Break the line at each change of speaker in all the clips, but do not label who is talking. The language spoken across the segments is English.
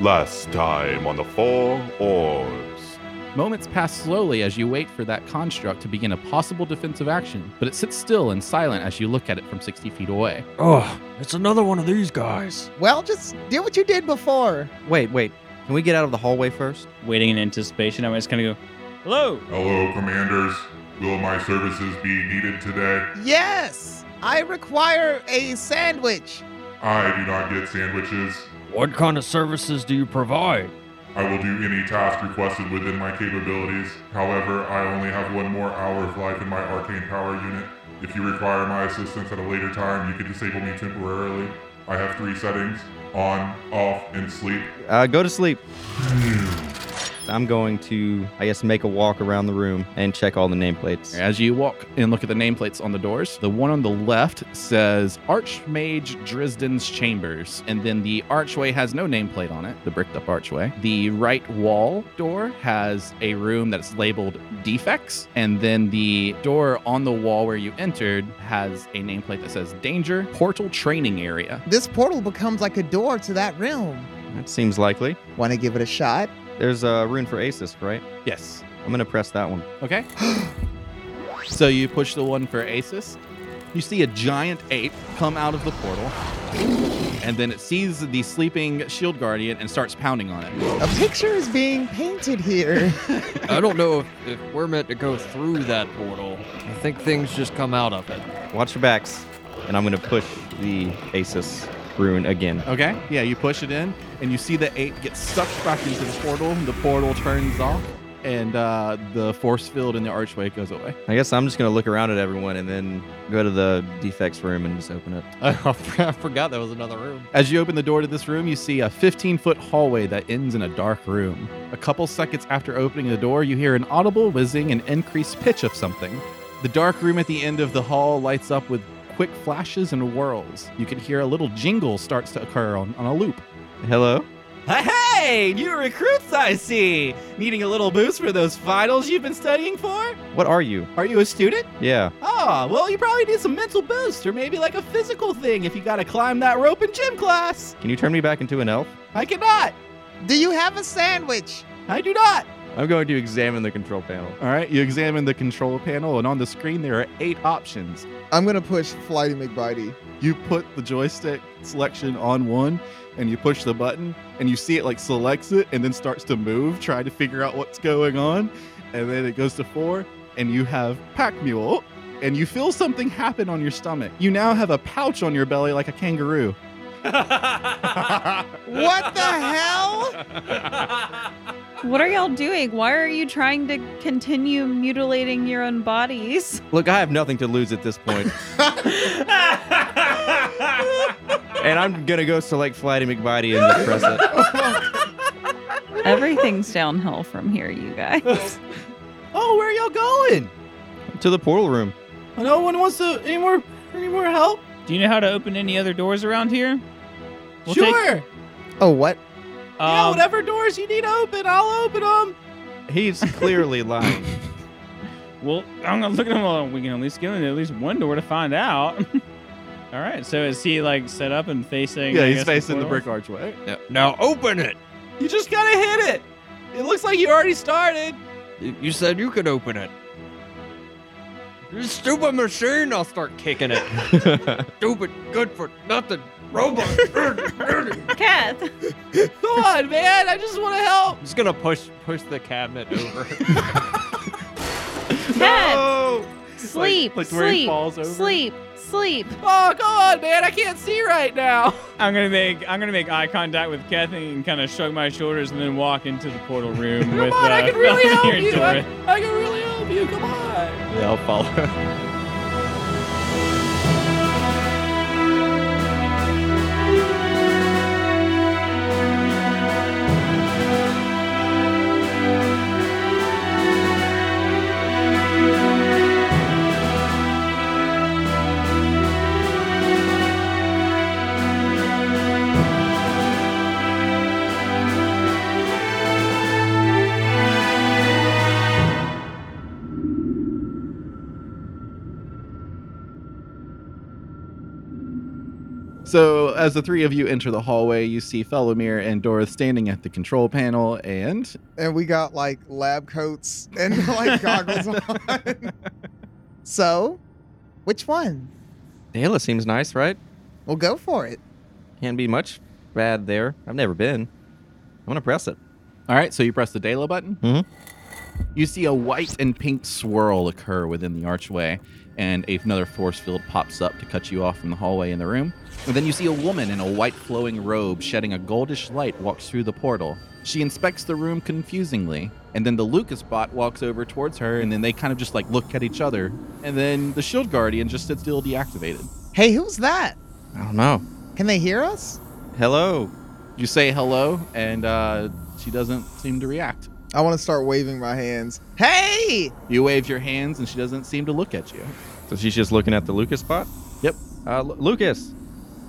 Last time on the Four Orbs.
Moments pass slowly as you wait for that construct to begin a possible defensive action, but it sits still and silent as you look at it from 60 feet away.
Oh, it's another one of these guys.
Well, just do what you did before.
Wait, wait. Can we get out of the hallway first?
waiting in anticipation. I'm just gonna go, hello.
Hello, commanders. Will my services be needed today?
Yes, I require a sandwich.
I do not get sandwiches.
What kind of services do you provide?
I will do any task requested within my capabilities. However, I only have one more hour of life in my arcane power unit. If you require my assistance at a later time, you can disable me temporarily. I have three settings on, off, and sleep.
Uh, go to sleep.
Hmm.
I'm going to, I guess, make a walk around the room and check all the nameplates.
As you walk and look at the nameplates on the doors, the one on the left says Archmage Drisden's Chambers, and then the archway has no nameplate on it, the bricked up archway. The right wall door has a room that's labeled Defects, and then the door on the wall where you entered has a nameplate that says Danger Portal Training Area.
This portal becomes like a door to that realm.
That seems likely.
Want to give it a shot?
There's a rune for Asus, right?
Yes.
I'm going to press that one.
Okay. so you push the one for Asus. You see a giant ape come out of the portal, and then it sees the sleeping shield guardian and starts pounding on it.
A picture is being painted here.
I don't know if, if we're meant to go through that portal. I think things just come out of it.
Watch your backs. And I'm going to push the Asus rune again.
Okay. Yeah, you push it in, and you see the ape get sucked back into the portal. The portal turns off, and uh, the force field in the archway goes away.
I guess I'm just going to look around at everyone and then go to the defects room and just open it.
I forgot that was another room.
As you open the door to this room, you see a 15 foot hallway that ends in a dark room. A couple seconds after opening the door, you hear an audible whizzing and increased pitch of something. The dark room at the end of the hall lights up with quick flashes and whirls. You can hear a little jingle starts to occur on, on a loop.
Hello?
Hey, new recruits I see. Needing a little boost for those finals you've been studying for?
What are you?
Are you a student?
Yeah.
Oh, well, you probably need some mental boost or maybe like a physical thing if you gotta climb that rope in gym class.
Can you turn me back into an elf?
I cannot.
do you have a sandwich?
I do not.
I'm going to examine the control panel.
All right, you examine the control panel, and on the screen, there are eight options.
I'm gonna push Flighty McBitey.
you put the joystick selection on one and you push the button and you see it like selects it and then starts to move trying to figure out what's going on and then it goes to four and you have pack mule and you feel something happen on your stomach you now have a pouch on your belly like a kangaroo
What the hell?
What are y'all doing? Why are you trying to continue mutilating your own bodies?
Look, I have nothing to lose at this point. and I'm going to go select Flighty McBody and just press it.
Everything's downhill from here, you guys.
Oh, where y'all going?
to the portal room.
No one wants to any more any more help?
Um,
Do you know how to open any other doors around here? We'll take-
sure.
Oh, what?
yeah,
um,
Oh, whatever doors you need open, I'll open them.
He's clearly lying.
Well, I'm gonna look at him. Well, we can at least get in at least one door to find out. All right. So is he like set up and facing?
yeah
I
he's
guess,
facing the
portal? oh,
brick archway
Now open it!
You just gotta hit it. It looks like you already started.
You you said you could open it. You stupid machine! I'll start kicking it. stupid, good for nothing, robot. I'm
Kath,
Come on, man. I just want to help.
just gonna push push the cabinet over.
Kath,
oh
sleep,
like where he
sleep,
falls over?
sleep, sleep.
Oh, come on, man. I can't see right now.
I'm gonna make I'm gonna make eye contact with Kathy and kind of shrug my shoulders and then walk into the portal room
Come
with.
on,
uh,
I can really help
Falconier
you. I,
Doran.
I can really help you. Come on.
yeah, I'll follow.
So, as the three of you enter the hallway, you see Felomir and Doroth standing at the control panel, and
and we got like lab coats and like goggles on.
So, which one?
Dayla seems nice, right?
We'll go for it.
Can't be much bad there. I've never been. I'm gonna press it.
All right, so you press the Dela button.
Mhm.
Mm-hmm.
You see a white and pink swirl occur within the archway, and a- another force field pops up to cut you off from the hallway in the room. And then you see a woman in a white flowing robe shedding a goldish light walks through the portal. She inspects the room confusingly, and then the Lucas bot walks over towards her, and then they kind of just like look at each other. And then the shield guardian just sits still deactivated.
Hey, who's that?
I don't know.
Can they hear us?
Hello.
You say hello, and uh, she doesn't seem to react.
I want to start waving my hands.
Hey!
You wave your hands, and she doesn't seem to look at you.
So she's just looking at the Lucas spot.
Yep.
Uh, Lu- Lucas.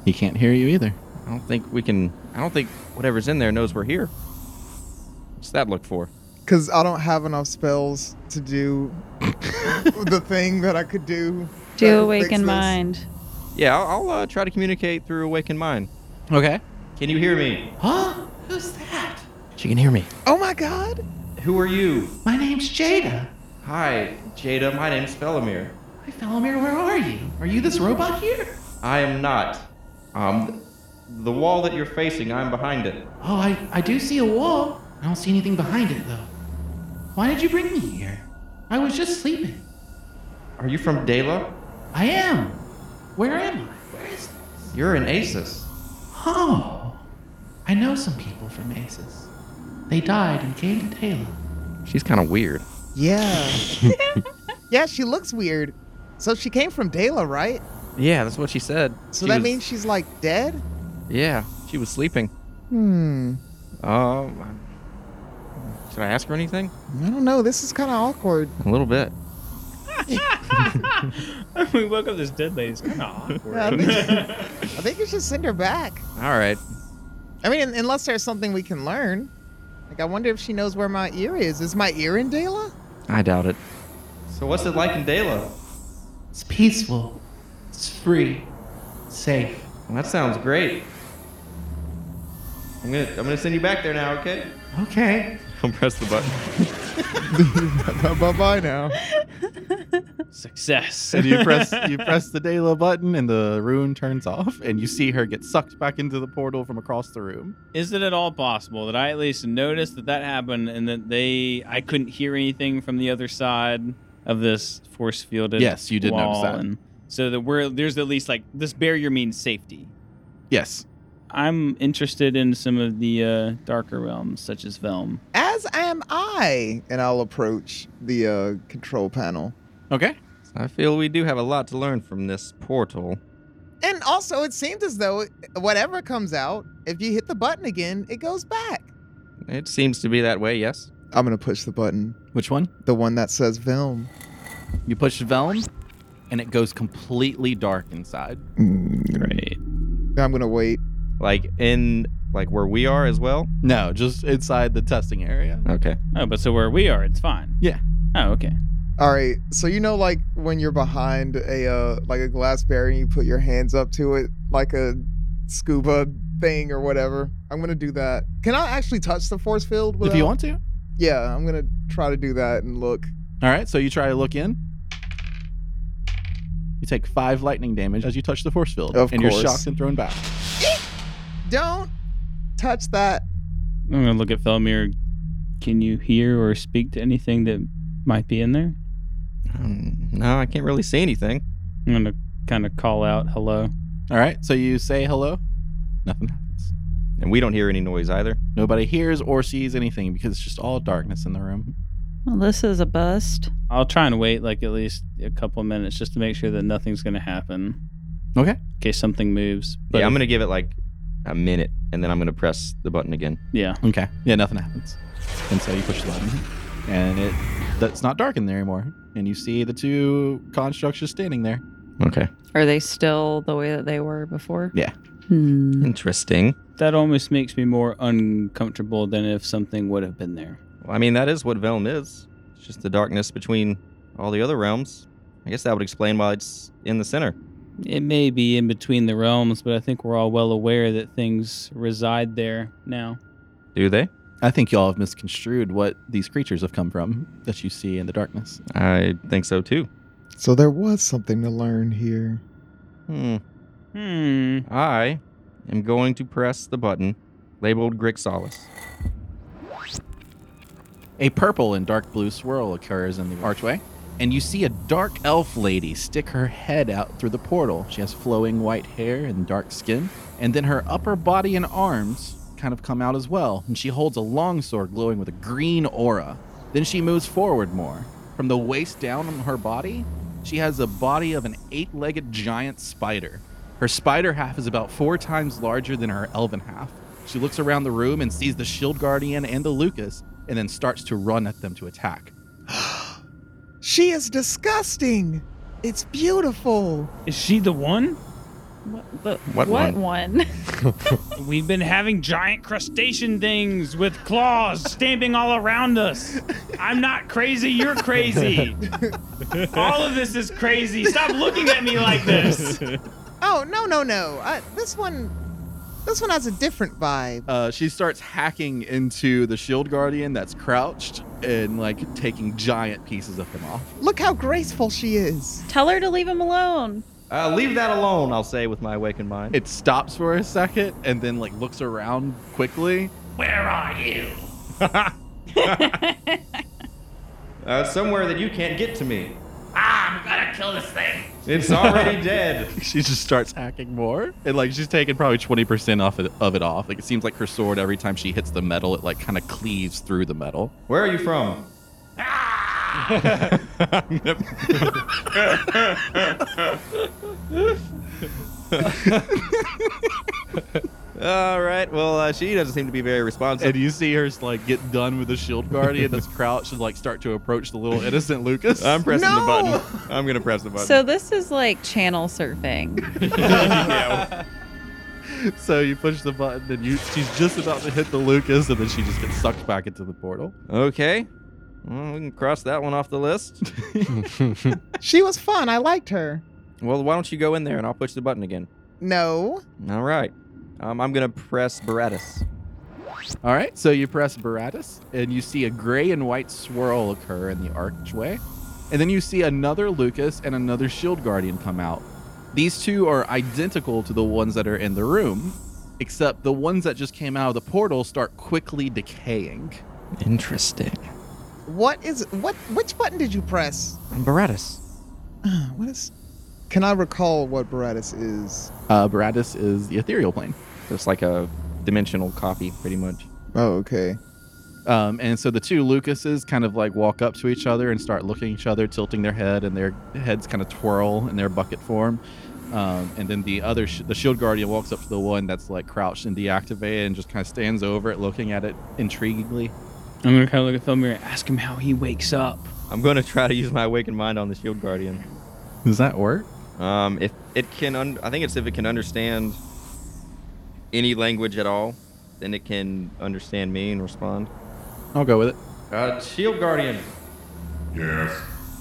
He can't hear you either.
I don't think we can. I don't think whatever's in there knows we're here. What's that look for?
Because I don't have enough spells to do the thing that I could do. that
Do
would fix
awaken
this.
mind.
Yeah, I'll, I'll uh, try to communicate through awakened mind.
Okay.
Can you hear me?
Huh? Who's that?
She can hear me.
Oh my god!
Who are you?
My name's Jada.
Hi, Jada. My name's Felomir.
Hey, Felomir, where are you? Are you this robot here?
I am not. Um, the wall that you're facing. I'm behind it.
Oh, I, I do see a wall. I don't see anything behind it, though. Why did you bring me here? I was just sleeping.
Are you from Dela?
I am. Where am I? Where is
You're an Aces.
Oh, I know some people from Aces. They died and came to Taylor.
She's kind of weird.
Yeah. yeah, she looks weird. So she came from Dela, right?
Yeah, that's what she said.
So
She
that
was-
means she's like dead?
Yeah, she was sleeping.
Hmm.
Um, should I ask her anything?
I don't know. This is kind of awkward.
A little bit.
we woke up this dead lady. It's kind of awkward.
Yeah, I, think, I think you should send her back.
All right.
I mean, un- unless there's something we can learn. Like, I wonder if she knows where my ear is. Is my ear in Dela?
I doubt it. So what's it like in Dela?
It's peaceful. It's free. Safe.
Well, that sounds great. I'm gonna I'm gonna send you back there now, okay?
Okay.
I'll press the button.
bye bye now.
Success.
and you press you press the Dela button and the rune turns off and you see her get sucked back into the portal from across the room.
Is it at all possible that I at least noticed that that happened and that they I couldn't hear anything from the other side of this force fielded?
Yes, you did notice
wall
that.
and- so that we're there's at least like this barrier means safety.
Yes.
I'm interested in some of the uh, darker realms, such as Velm.
As am I. And I'll approach the uh, control panel.
Okay.
I feel we do have a lot to learn from this portal.
And also, it seems as though whatever comes out, if you hit the button again, it goes back.
It seems to be that way, yes.
I'm going to push the button,
Which one?
the one that says film.
You push Velm and it goes completely dark inside.
Great.
Mm. I'm going to wait.
Like in like where we are as well.
No, just inside the testing area.
Okay.
Oh, but so where we are, it's fine.
Yeah.
Oh, okay.
All right. So you know, like when you're behind a uh, like a glass barrier, and you put your hands up to it, like a scuba thing or whatever. I'm gonna do that. Can I actually touch the force field?
if you
without-
want to.
Yeah, I'm gonna try to do that and look.
All right, so you try to look in. You take 5 lightning damage as you touch the force field
Of
and
course.
you're shocked and thrown back.
Don't touch that.
I'm gonna look at Velmir. Can you hear or speak to anything that might be in there?
Um, no, I can't really see anything.
I'm gonna kind of call out hello.
All right, so you say hello. Nothing happens.
And we don't hear any noise either.
Nobody hears or sees anything because it's just all darkness in the room.
Well, this is a bust.
I'll try and wait like at least a couple of minutes just to make sure that nothing's going to happen.
Okay.
In case something moves.
yeah, I'm
if-
gonna give it like a minute and then I'm gonna press the button again.
yeah.
Okay. Yeah, nothing happens. And so you push the button, and it that's not dark in there anymore. And you see the two constructs just standing there.
Okay.
Are they still the way that they were before?
Yeah.
Hmm.
Interesting.
That almost makes me more uncomfortable than if something would have been there.
Well, I mean, that is what Velm is. It's just the darkness between all the other realms. I guess that would explain why it's in the center.
It may be in between the realms, but I think we're all well aware that things reside there now.
Do they?
I think y'all have misconstrued what these creatures have come from that you see in the darkness.
I think so too.
So there was something to learn here.
Hmm.
Hmm.
I am going to press the button labeled Grixalis.
A purple and dark blue swirl occurs in the archway, and you see a dark elf lady stick her head out through the portal. She has flowing white hair and dark skin, and then her upper body and arms kind of come out as well, and she holds a long sword glowing with a green aura. Then she moves forward more. From the waist down on her body, she has the body of an eight legged giant spider. Her spider half is about four times larger than her elven half. She looks around the room and sees the shield guardian and the Lucas, and then starts to run at them to attack.
She is disgusting. It's beautiful.
Is she the one?
What, the,
What one?
one?
We've been having giant crustacean things with claws stamping all around us. I'm not crazy, you're crazy. all of this is crazy. Stop looking at me like this.
Oh no no no! I, this one, this one has a different vibe.
Uh, she starts hacking into the shield guardian that's crouched and like taking giant pieces of him off.
Look how graceful she is.
Tell her to leave him alone.
Uh, leave that alone, I'll say with my awakened mind.
It stops for a second and then like looks around quickly.
Where are you?
Uh, somewhere that you can't get to me.
Ah, I'm gonna kill this thing.
It's already dead.
She just starts hacking more, and like she's taking probably twenty percent off it, of it off. Like it seems like her sword every time she hits the metal, it like kind of cleaves through the metal.
Where are you from? All right. Well, uh, she doesn't seem to be very responsive.
And you see her like get done with the shield guardian that's crouched and like start to approach the little innocent Lucas.
I'm pressing the
No!
button. I'm gonna press the button.
So this is like channel surfing.
so you push the button and you she's just about to hit the Lucas and then she just gets sucked back into the portal.
okay. Well, we can cross that one off the list.
She was fun. I liked her.
well, why don't you go in there and I'll push the button again?
No.
All right. Um, I'm gonna press Baratus.
All right, so you press Baratus, and you see a gray and white swirl occur in the archway, and then you see another Lucas and another Shield Guardian come out. These two are identical to the ones that are in the room, except the ones that just came out of the portal start quickly decaying.
Interesting.
What is what? Which button did you press?
Baratus.
Uh, What is?
Can I recall what Baratus is?
Uh, Baratus is the ethereal plane.
Just like a dimensional copy, pretty much.
Oh, okay.
Um, and so the two Lucases kind of like walk up to each other and start looking at each other, tilting their head, and their heads kind of twirl in their bucket form. Um, and then the other, sh- the Shield Guardian walks up to the one that's like crouched and deactivated and just kind of stands over it, looking at it intriguingly.
I'm gonna kind of look at Felmir and ask him how he wakes up.
I'm gonna try to use my awakened mind on the shield guardian.
Does that work?
Um, if it can, un- I think it's if it can understand any language at all, then it can understand me and respond.
I'll go with it.
Uh, shield guardian,
Yes,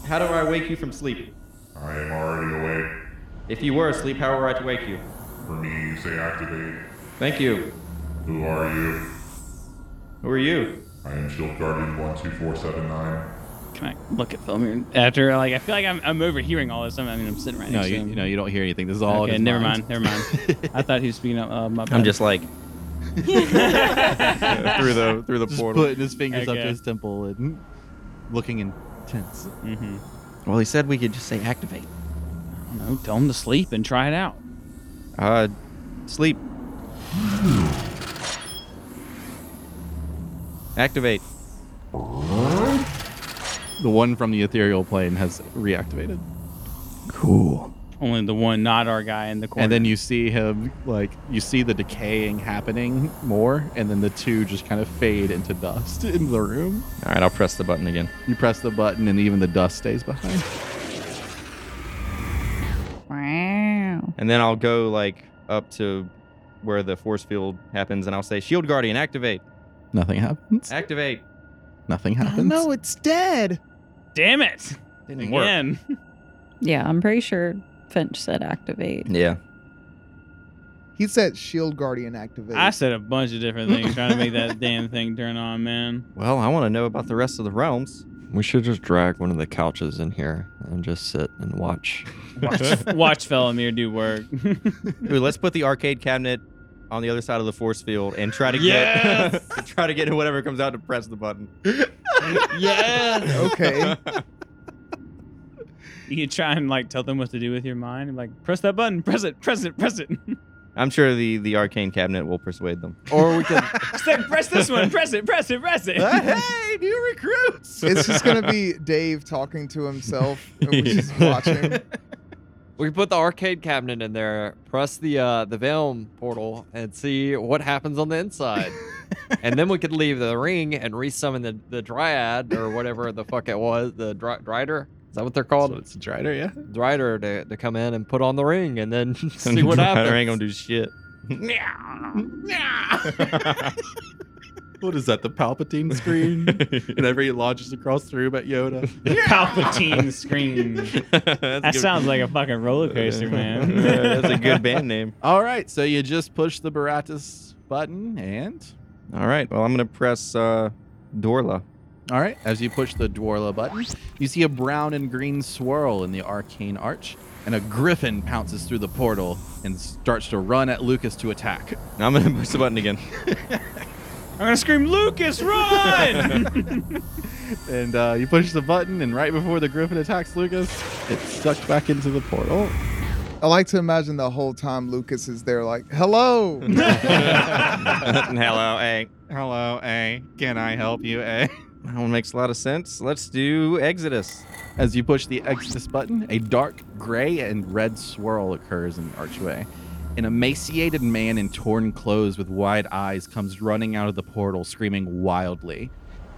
how do I wake you from sleep?
I am already awake.
If you were asleep, how were I to wake you?
For me, you say activate.
Thank you.
Who are you?
Who are you?
I am Shield Guardian 12479.
Can I look at Felmir and- after? Like, I feel like I'm, I'm overhearing all this. I mean, I'm sitting right
No,
next
you,
to him.
you know you don't hear anything. This is all. in
okay,
his
never
mind.
mind. Never mind. I thought he was speaking up. Uh, my bad.
I'm just like through the through the
Just
portal.
putting his fingers up
Okay.
to his temple and looking intense.
Mm-hmm.
Well, he said we could just say activate.
I don't know. Tell him to sleep and try it out.
Uh, sleep. Activate.
The one from the ethereal plane has reactivated.
Cool.
Only the one, not our guy in the corner.
And then you see him, like, you see the decaying happening more, and then the two just kind of fade into dust in the room.
All right, I'll press the button again.
You press the button, and even the dust stays behind.
Wow.
And then I'll go like up to where the force field happens and I'll say, Shield Guardian, activate.
Nothing happens.
Activate.
Nothing
Oh
happens.
no, it's dead.
damn it,
Didn't
again.
Yeah, I'm pretty sure Finch said activate.
Yeah.
He said shield guardian activate.
I said a bunch of different things trying to make that damn thing turn on, man.
Well, I want to know about the rest of the realms.
We should just drag one of the couches in here and just sit and watch.
Watch, watch Felomir do work.
Ooh, let's put the arcade cabinet on the other side of the force field and try to get
Yes!
try to get whatever comes out to press the button.
yes.
Okay.
You try and like tell them what to do with your mind, and, like press that button, press it, press it, press it.
I'm sure the the arcane cabinet will persuade them.
Or we could
Say, press this one, press it, press it, press it.
Uh,
hey, new recruits.
It's just gonna be Dave talking to himself and we just watch him.
We put the arcade cabinet in there, press the uh, the Velm portal, and see what happens on the inside. and then we could leave the ring and resummon the, the Dryad or whatever the fuck it was, the dry, Dryder. Is that what they're called?
it's a drider, yeah.
Dryder to, to come in and put on the ring and then see
Dryder
what happens.
ain't gonna do shit.
What is that? The Palpatine screen? and every launches across the room at Yoda.
The Palpatine scream. That sounds like a fucking roller coaster, man.
That's a good band name.
All right, so you just push the Baratus button, and
All right. Well, I'm gonna press uh, Dorla.
all right, as you push the Dwarla button, you see a brown and green swirl in the arcane arch, and a griffin pounces through the portal and starts to run at Lucas to attack.
I'm gonna push the button again.
I'm gonna scream, Lucas, run!
And uh, you push the button, and right before the griffin attacks Lucas, it's sucked back into the portal.
I like to imagine the whole time Lucas is there like, Hello.
Hello, A.
Hello, A. Can I help you, A?
That one makes a lot of sense. Let's do Exodus.
As you push the Exodus button, a dark gray and red swirl occurs in the archway. An emaciated man in torn clothes with wide eyes comes running out of the portal, screaming wildly.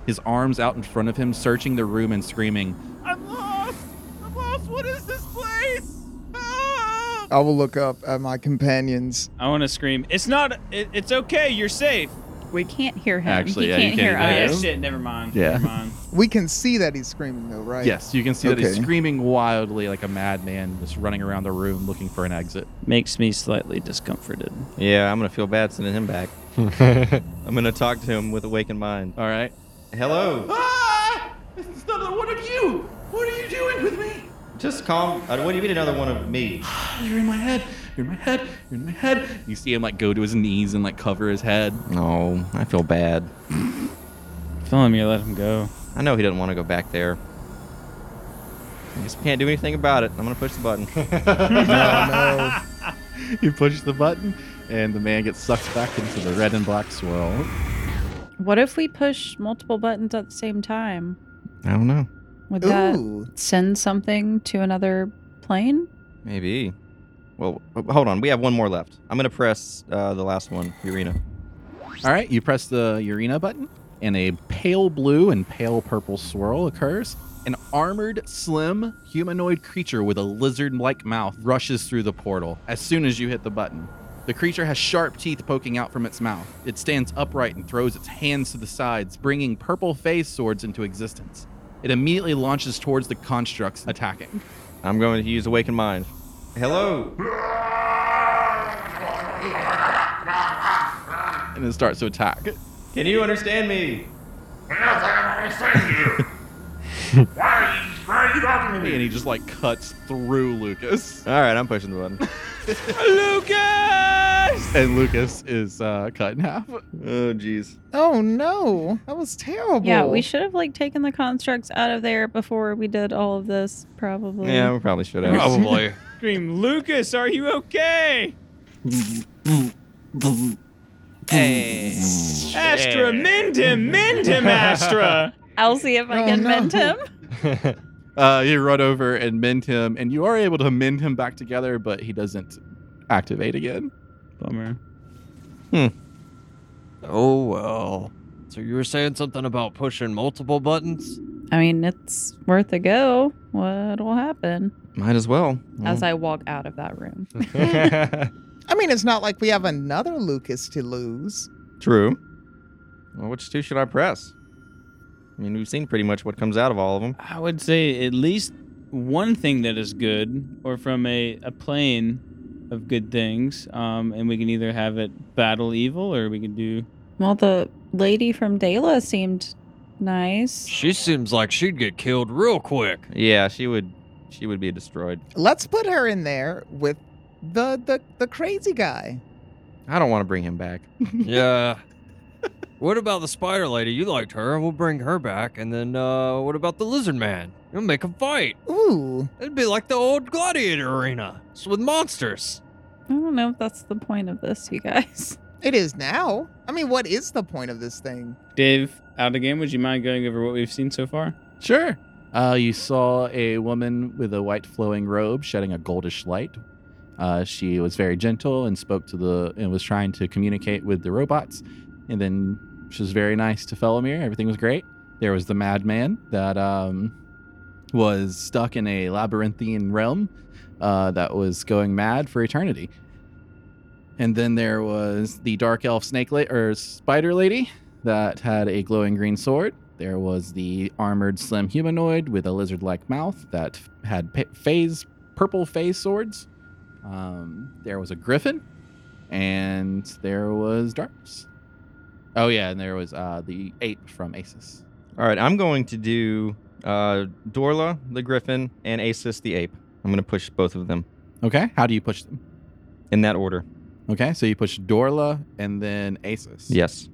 His arms out in front of him, searching the room and screaming, I'm lost! I'm lost! What is this place? Help!"
I will look up at my companions.
I wanna scream, it's not, it, it's okay, you're safe.
We can't hear him.
Actually,
he
yeah, you
can't
can't
hear
hear
Oh, yeah,
us.
him.
shit, never mind.
Yeah.
Never mind.
We can see that he's screaming though, right?
Yes, you can see that he's
Okay.
screaming wildly like a madman, just running around the room looking for an exit.
Makes me slightly discomforted.
Yeah, I'm gonna feel bad sending him back. I'm gonna talk to him with awakened mind.
All right.
Hello.
Ah! It's another one of you! What are you doing with me?
Just calm. Uh, what do you mean another one of me?
You're in my head. You're in my head. You're in my head.
You see him like go to his knees and like cover his head.
No, I feel bad.
Felomir let him go.
I know he doesn't want to go back there. I guess we can't do anything about it. I'm gonna push the button.
You push the button, and the man gets sucked back into the red and black swirl.
What if we push multiple buttons at the same time?
I don't know.
Would that
Ooh.
send something to another plane?
Maybe. Well, w- hold on. We have one more left. I'm gonna press uh, the last one, Urena.
All right, you press the Urena button, and a pale blue and pale purple swirl occurs. An armored, slim, humanoid creature with a lizard like mouth rushes through the portal as soon as you hit the button. The creature has sharp teeth poking out from its mouth. It stands upright and throws its hands to the sides, bringing purple phase swords into existence. It immediately launches towards the constructs attacking.
I'm going to use awakened mind. Hello.
And it starts to attack.
Can you understand me?
Yes, I can understand you. why, why are you talking to
And
me?
he just like cuts through Lucas.
All right, I'm pushing the button.
Lucas!
And Lucas is uh, cut in half.
oh, jeez.
Oh no, that was terrible.
Yeah, we should have like taken the constructs out of there before we did all of this, probably.
Yeah, we probably should have.
Probably.
Scream, Lucas, are you okay?
Hey.
Astra, mend him, mend him, Astra.
I'll see if I
Oh,
can
no.
mend him.
Uh, you run over and mend him, and you are able to mend him back together, but he doesn't activate again.
Bummer.
Oh well. So you were saying something about pushing multiple buttons?
I mean, it's worth a go. What will happen
Might as well.
as I walk out of that room?
I mean, it's not like we have another Lucas to lose.
True. Well, which two should I press? I mean, we've seen pretty much what comes out of all of them.
I would say at least
one thing that is good, or from a, a plane of good things, um, and we can either have it battle evil, or we can do.
Well, the lady from Dela seemed nice.
She seems like she'd get killed real quick.
Yeah, she would. She would be destroyed.
Let's put her in there with the the, the crazy guy.
I don't want to bring him back.
yeah. What about the spider lady? You liked her. We'll bring her back. And then uh, what about the lizard man? We'll make him fight.
Ooh.
It'd be like the old gladiator arena. It's with monsters.
I don't know if that's the point of this, you guys.
It is now. I mean, what is the point of this thing?
Dave, out again, would you mind going over what we've seen so far?
Sure. Uh, you saw a woman with a white flowing robe shedding a goldish light. Uh, she was very gentle and spoke to the and was trying to communicate with the robots. And then she was very nice to Felomir. Everything was great. There was the madman that um, was stuck in a labyrinthine realm uh, that was going mad for eternity. And then there was the dark elf snake la- or spider lady that had a glowing green sword. There was the armored slim humanoid with a lizard like mouth that had pa- phase purple phase swords. Um, there was a griffin, and there was darkness. Oh yeah, and there was uh, the ape from Aces.
All right, I'm going to do uh, Dorla the Griffin and Asus the Ape. I'm going to push both of them
Okay, how do you push them?
in that order.
Okay, so you push Dorla and then Aces.
Yes.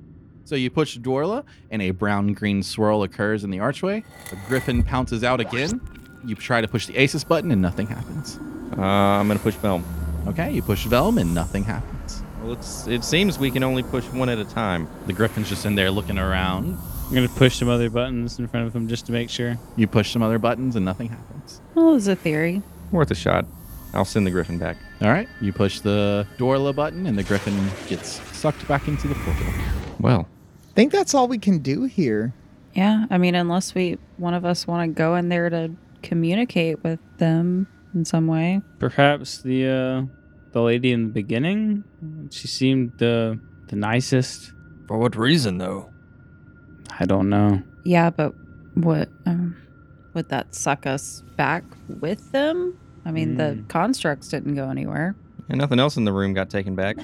So you push Dorla, and a brown green swirl occurs in the archway. A griffin pounces out again. You try to push the Aces button, and nothing happens.
Uh, I'm going to push Velm.
Okay, you push Velm, and nothing happens.
Well, it's, it seems we can only push one at a time.
The griffin's just in there looking around.
I'm gonna push some other buttons in front of him just to make sure.
You push some other buttons, and nothing happens.
Well, it's a theory.
Worth a shot. I'll send the Griffin back.
All right, you push the Dorla button, and the griffin gets sucked back into the portal.
Well,
Think that's all we can do here.
Yeah, I mean, unless we one of us want to go in there to communicate with them in some way.
Perhaps the uh, the lady in the beginning. She seemed the the nicest.
For what reason, though?
I don't know.
Yeah, but what um, would that suck us back with them? I mean,
Hmm.
the constructs didn't go anywhere.
And nothing else in the room got taken back.
I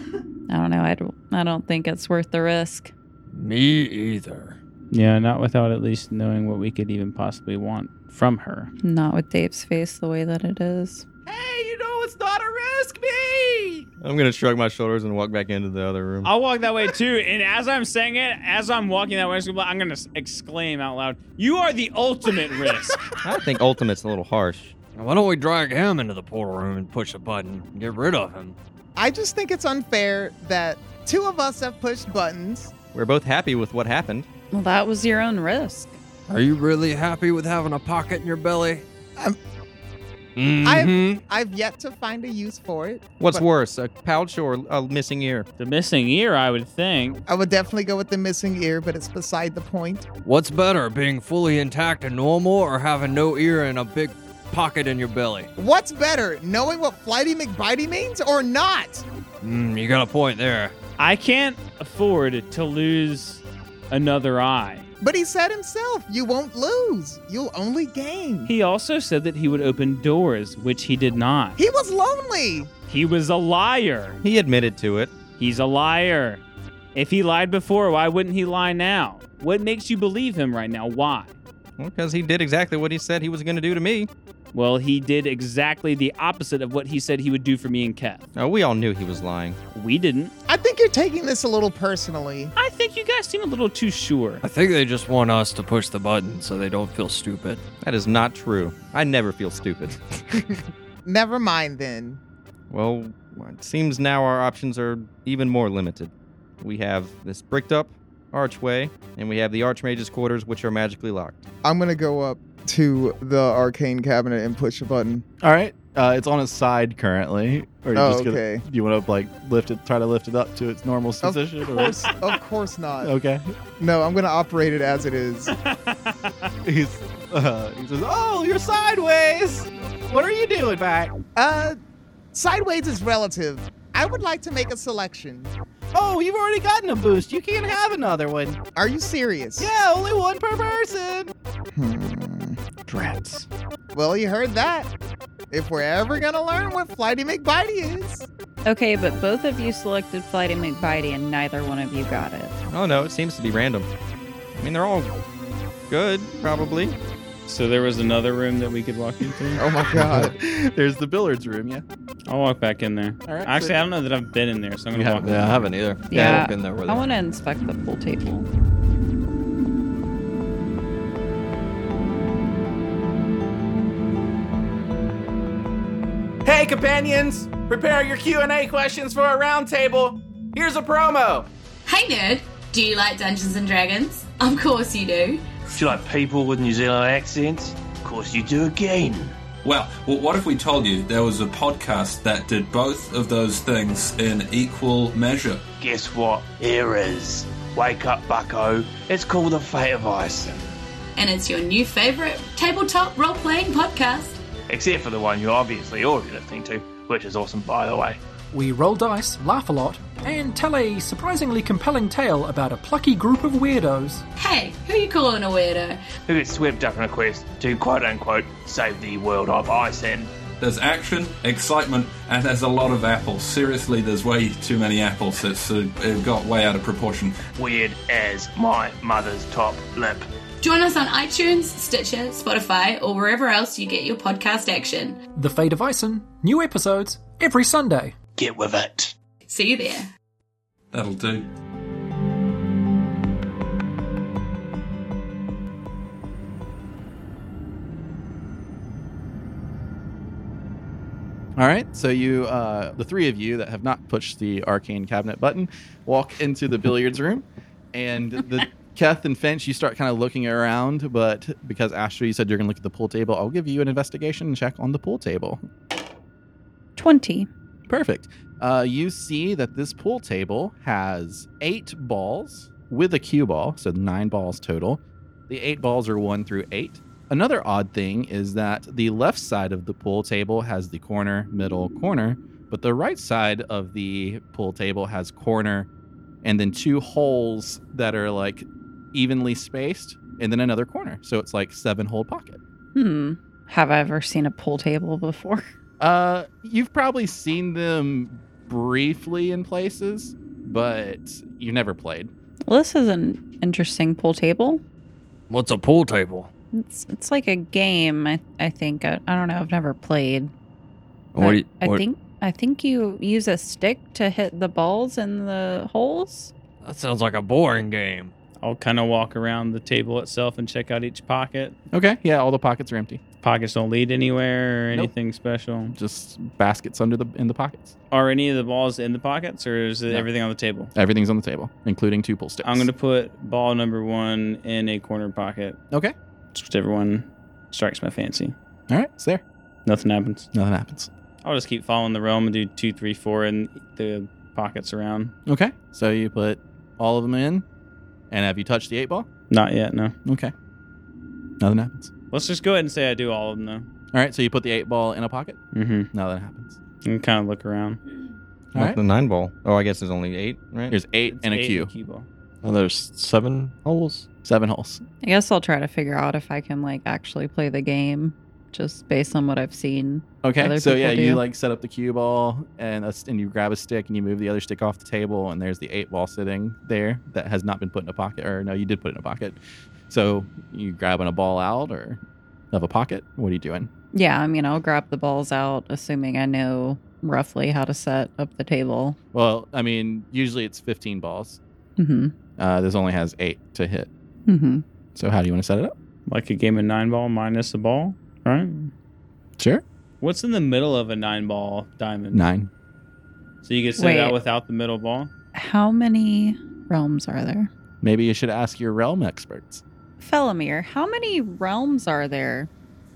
don't know. I don't, I don't think it's worth the risk.
Me either.
Yeah, not without at least knowing what we could even possibly want from her.
Not with Dave's face the way that it is.
Hey, you know it's not a risk, me.
I'm going to shrug my shoulders and walk back into the other room.
I'll walk that way too. And as I'm saying it, as I'm walking that way, I'm going to exclaim out loud, You are the ultimate risk.
I think Ultimate's a little harsh.
Why don't we drag him into the portal room and push a button and get rid of him?
I just think it's unfair that two of us have pushed buttons.
We're both happy with what happened.
Well, that was your own risk.
Are you really happy with having a pocket in your belly? Mm-hmm.
I've, I've yet to find a use for it.
Mm-hmm. What's worse, a pouch or a missing ear?
The missing ear, I would think.
I would definitely go with the missing ear, but it's beside the point.
What's better, being fully intact and normal or having no ear and a big pocket in your belly?
What's better, knowing what Flighty McBitey means or not?
Mm, you got a point there.
I can't afford to lose another eye.
But he said himself, you won't lose. You'll only gain.
He also said that he would open doors, which he did not.
He was lonely.
He was a liar.
He admitted to it.
He's a liar. If he lied before, why wouldn't he lie now? What makes you believe him right now? Why?
Because he did exactly what he said he was going to do to me.
Well, he did exactly the opposite of what he said he would do for me and Kev.
Oh, we all knew he was lying.
We didn't.
I think you're taking this a little personally.
I think you guys seem a little too sure.
I think they just want us to push the button so they don't feel stupid.
That is not true. I never feel stupid.
Never mind then.
well, it seems now our options are even more limited. We have this bricked up archway, and we have the Archmage's quarters, which are magically locked.
I'm gonna go up to the arcane cabinet and push a button.
All right, uh, it's on its side currently. Or you
Oh,
just gonna,
okay.
You want to like lift it, try to lift it up to its normal
Oh.
position.
Of
or-
course, of course not.
Okay.
No, I'm gonna operate it as it is.
He's uh, he says, "Oh,
Oh, you're sideways. What are you doing back?
Uh, sideways is relative. I would like to make a selection.
Oh, you've already gotten a boost. You can't have another one.
Are you serious?
Yeah, only one per person.
Hmm.
drats."
Well, you heard that. If we're ever gonna learn what Flighty McBitey is,
Okay, but both of you selected Flighty McBitey and neither one of you got it.
Oh no, it seems to be random. I mean, they're all good, probably.
So there was another room that we could walk into.
oh my god.
There's the billiards room, yeah.
I'll walk back in there.
All right,
Actually,
so-
I don't know that I've been in there, so I'm
You
gonna walk.
haven't- yeah, I haven't either. Yeah, I haven't been there with
I
it.
want to inspect the pool table.
Hey, companions! Prepare your Q&A questions for a roundtable. Here's a promo.
Hey nerd, do you like Dungeons and Dragons? Of course you do.
Do you like people with New Zealand accents? Of course you do again.
Well, well, what if we told you there was a podcast that did both of those things in equal measure?
Guess what? Here is. Wake up, bucko. It's called The Fate of Iceland.
And it's your new favorite tabletop role playing podcast.
Except for the one you're obviously already listening to, which is awesome, by the way.
We roll dice, laugh a lot, and tell a surprisingly compelling tale about a plucky group of weirdos.
Hey, who you calling a weirdo?
Who gets swept up in a quest to quote unquote save the world of Iceland?
There's action, excitement, and there's a lot of apples. Seriously, there's way too many apples. It's uh, it got way out of proportion.
Weird as my mother's top lip.
Join us on iTunes, Stitcher, Spotify, or wherever else you get your podcast action.
The Fate of Ison, new episodes every Sunday.
Get with it.
See you there.
That'll do.
All right, so you, uh, the three of you that have not pushed the arcane cabinet button, walk into the billiards room, and the Keth and Finch, you start kind of looking around, but because Astra, you said you're gonna look at the pool table, I'll give you an investigation check on the pool table.
20.
Perfect. Uh, you see that this pool table has eight balls with a cue ball, so nine balls total. The eight balls are one through eight. Another odd thing is that the left side of the pool table has the corner, middle, corner, but the right side of the pool table has corner and then two holes that are like evenly spaced and then another corner. So it's like seven hole pocket.
Hmm. Have I ever seen a pool table before?
Uh, you've probably seen them briefly in places, but you never played.
Well, this is an interesting pool table.
What's a pool table?
It's it's like a game. I I think I, I don't know. I've never played.
What do you-
I
what-
think I think you use a stick to hit the balls in the holes.
That sounds like a boring game. I'll kind of walk around the table itself and check out each pocket.
Okay, yeah, all the pockets are empty.
Pockets don't lead anywhere or
Nope.
anything special.
Just baskets under the in the pockets.
Are any of the balls in the pockets, or is it everything on the table?
Everything's on the table, including two pool sticks.
I'm gonna put ball number one in a corner pocket.
Okay.
Just whichever one strikes my fancy.
All right, it's there.
Nothing happens.
Nothing happens.
I'll just keep following the realm and do two, three, four, and the pockets around.
Okay, so you put all of them in, and have you touched the eight ball?
Not yet, no.
Okay, nothing happens.
Let's just go ahead and say I do all of them though.
All right, so you put the eight ball in a pocket.
Mm-hmm.
Nothing happens.
And kind of look around.
All
Not
right.
The nine ball. Oh, I guess there's only eight, right?
There's eight
It's and a eight cue. and a cue ball.
Oh, there's seven holes.
Seven holes.
I guess I'll try to figure out if I can like actually play the game, just based on what I've seen.
Okay,
other
so
people
yeah, you
do.
like set up the cue ball and a, and you grab a stick and you move the other stick off the table and there's the eight ball sitting there that has not been put in a pocket or no, you did put it in a pocket. So you grabbing a ball out or of a pocket? What are you doing?
Yeah, I mean I'll grab the balls out, assuming I know roughly how to set up the table.
Well, I mean, usually it's 15 balls.
Mm-hmm.
Uh, this only has eight to hit.
Mm-hmm.
So how do you want to set it up?
Like a game of nine ball minus a ball, right?
Sure.
What's in the middle of a nine ball diamond?
Nine.
So you can set it out
Wait.
without the middle ball.
How many realms are there?
Maybe you should ask your realm experts.
Felomir, how many realms are there?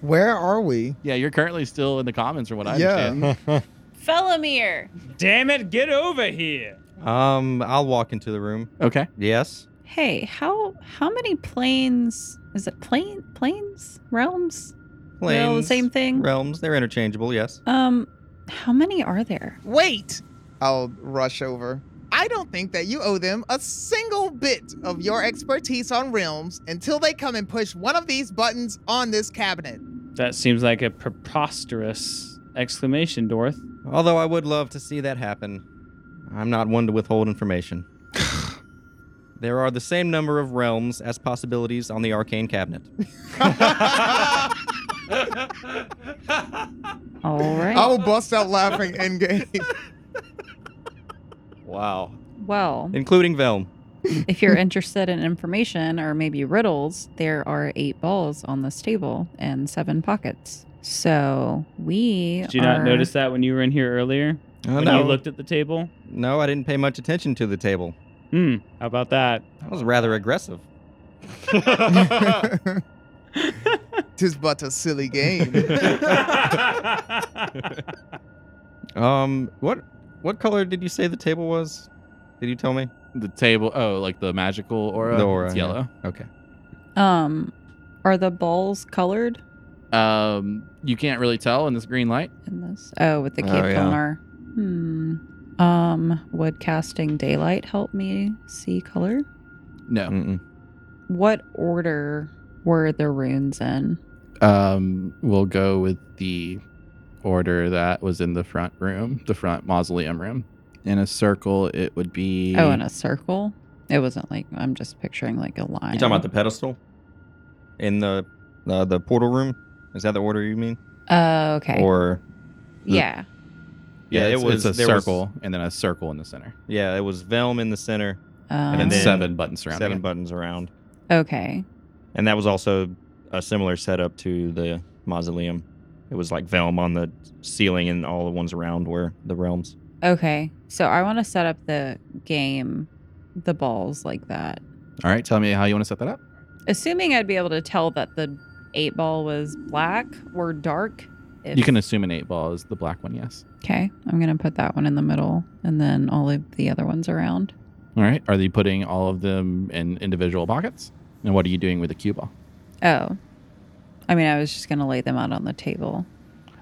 Where are we?
Yeah, you're currently still in the comments from what I
Yeah.
understand.
Felomir.
Damn it, get over here.
Um, I'll walk into the room.
Okay.
Yes.
Hey, how how many planes is it plane planes? Realms? They're all the
Planes,
same thing.
Realms. They're interchangeable. Yes.
Um how many are there?
wait.
I'll rush over.
I don't think that you owe them a single bit of your expertise on realms until they come and push one of these buttons on this cabinet.
That seems like a preposterous exclamation, Dorth.
Although I would love to see that happen, I'm not one to withhold information. there are the same number of realms as possibilities on the arcane cabinet.
All right.
I will bust out laughing end game.
Wow.
Well,
Including Velm.
if you're interested in information or maybe riddles, there are eight balls on this table and seven pockets. So we.
Did you not
are-
notice that when you were in here earlier?
Oh,
when
no.
you looked at the table?
No, I didn't pay much attention to the table.
Hmm. How about that?
That was rather aggressive.
Tis but a silly game.
Um, what what color did you say the table was? Did you tell me?
The table. Oh, like the magical aura.
The aura,
It's
yeah.
yellow.
Okay.
Um, are the balls colored
Um, you can't really tell in this green light.
in this? Oh, with the
Oh,
cape
yeah.
color. Hmm. Um, would casting daylight help me see color?
No.
What order were the runes in?
Um, we'll go with the order that was in the front room, the front mausoleum room. In a circle, it would be.
Oh, in a circle. It wasn't like I'm just picturing like a line.
You talking about the pedestal in the uh, the portal room? Is that the order you mean?
Uh,
Oh, okay.
Or the-
yeah.
Yeah, it
it's,
was
it's a
there was-
circle and then a circle in the center.
yeah, it was Velm in the center,
Oh.
And
then seven buttons surrounding
Seven
it.
buttons around,
Okay.
and that was also a similar setup to the mausoleum. It was like Velm on the ceiling, and all the ones around were the realms.
Okay. So I want to set up the game, the balls like that.
All right, tell me how you want to set that up.
Assuming I'd be able to tell that the eight ball was black or dark. If,
You can assume an eight ball is the black one. Yes.
Okay. I'm going to put that one in the middle and then all of the other ones around.
All right. Are you putting all of them in individual pockets? And what are you doing with the cue ball?
Oh. I mean, I was just going to lay them out on the table.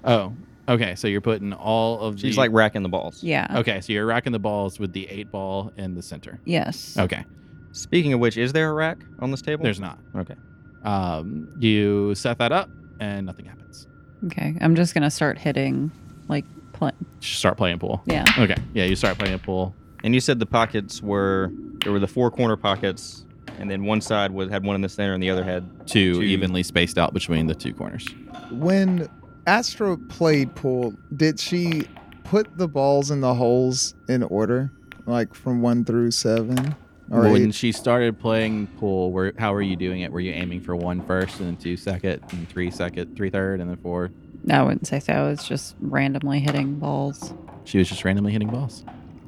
Oh, okay. So you're putting all of
She's
the-
like racking the balls.
Yeah.
Okay, so you're racking the balls with the eight ball in the center.
Yes.
Okay.
Speaking of which, is there a rack on this table?
There's not.
Okay.
Um, you set that up, and nothing happens.
Okay. I'm just going to start hitting like pl-
Start playing pool.
Yeah.
Okay. Yeah, you start playing pool.
And you said the pockets were there were the four corner pockets, and then one side was had one in the center, and the other had
Two, evenly spaced out between the two corners.
when Astra played pool, did she put the balls in the holes in order, like from one through seven or
when
eight?
she started playing pool, were how were you doing it? Were you aiming for one first, and then two second, and three second, three third, and then four?
No, I wouldn't say so. I was just randomly hitting balls.
She was just randomly hitting balls.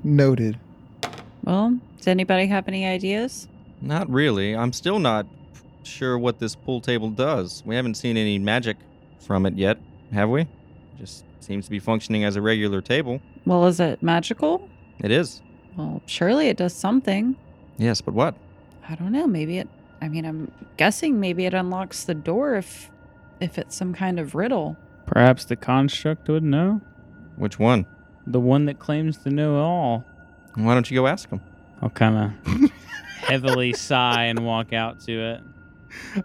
Noted.
Well, does anybody have any ideas?
Not really. I'm still not sure what this pool table does. We haven't seen any magic from it yet, have we? Just seems to be functioning as a regular table.
Well, is it magical?
It is.
Well, surely it does something.
Yes, but what?
I don't know. Maybe it. I mean, I'm guessing maybe it unlocks the door if, if it's some kind of riddle.
Perhaps the construct would know.
Which one?
The one that claims to know all.
Why don't you go ask him?
I'll kind of heavily sigh and walk out to it.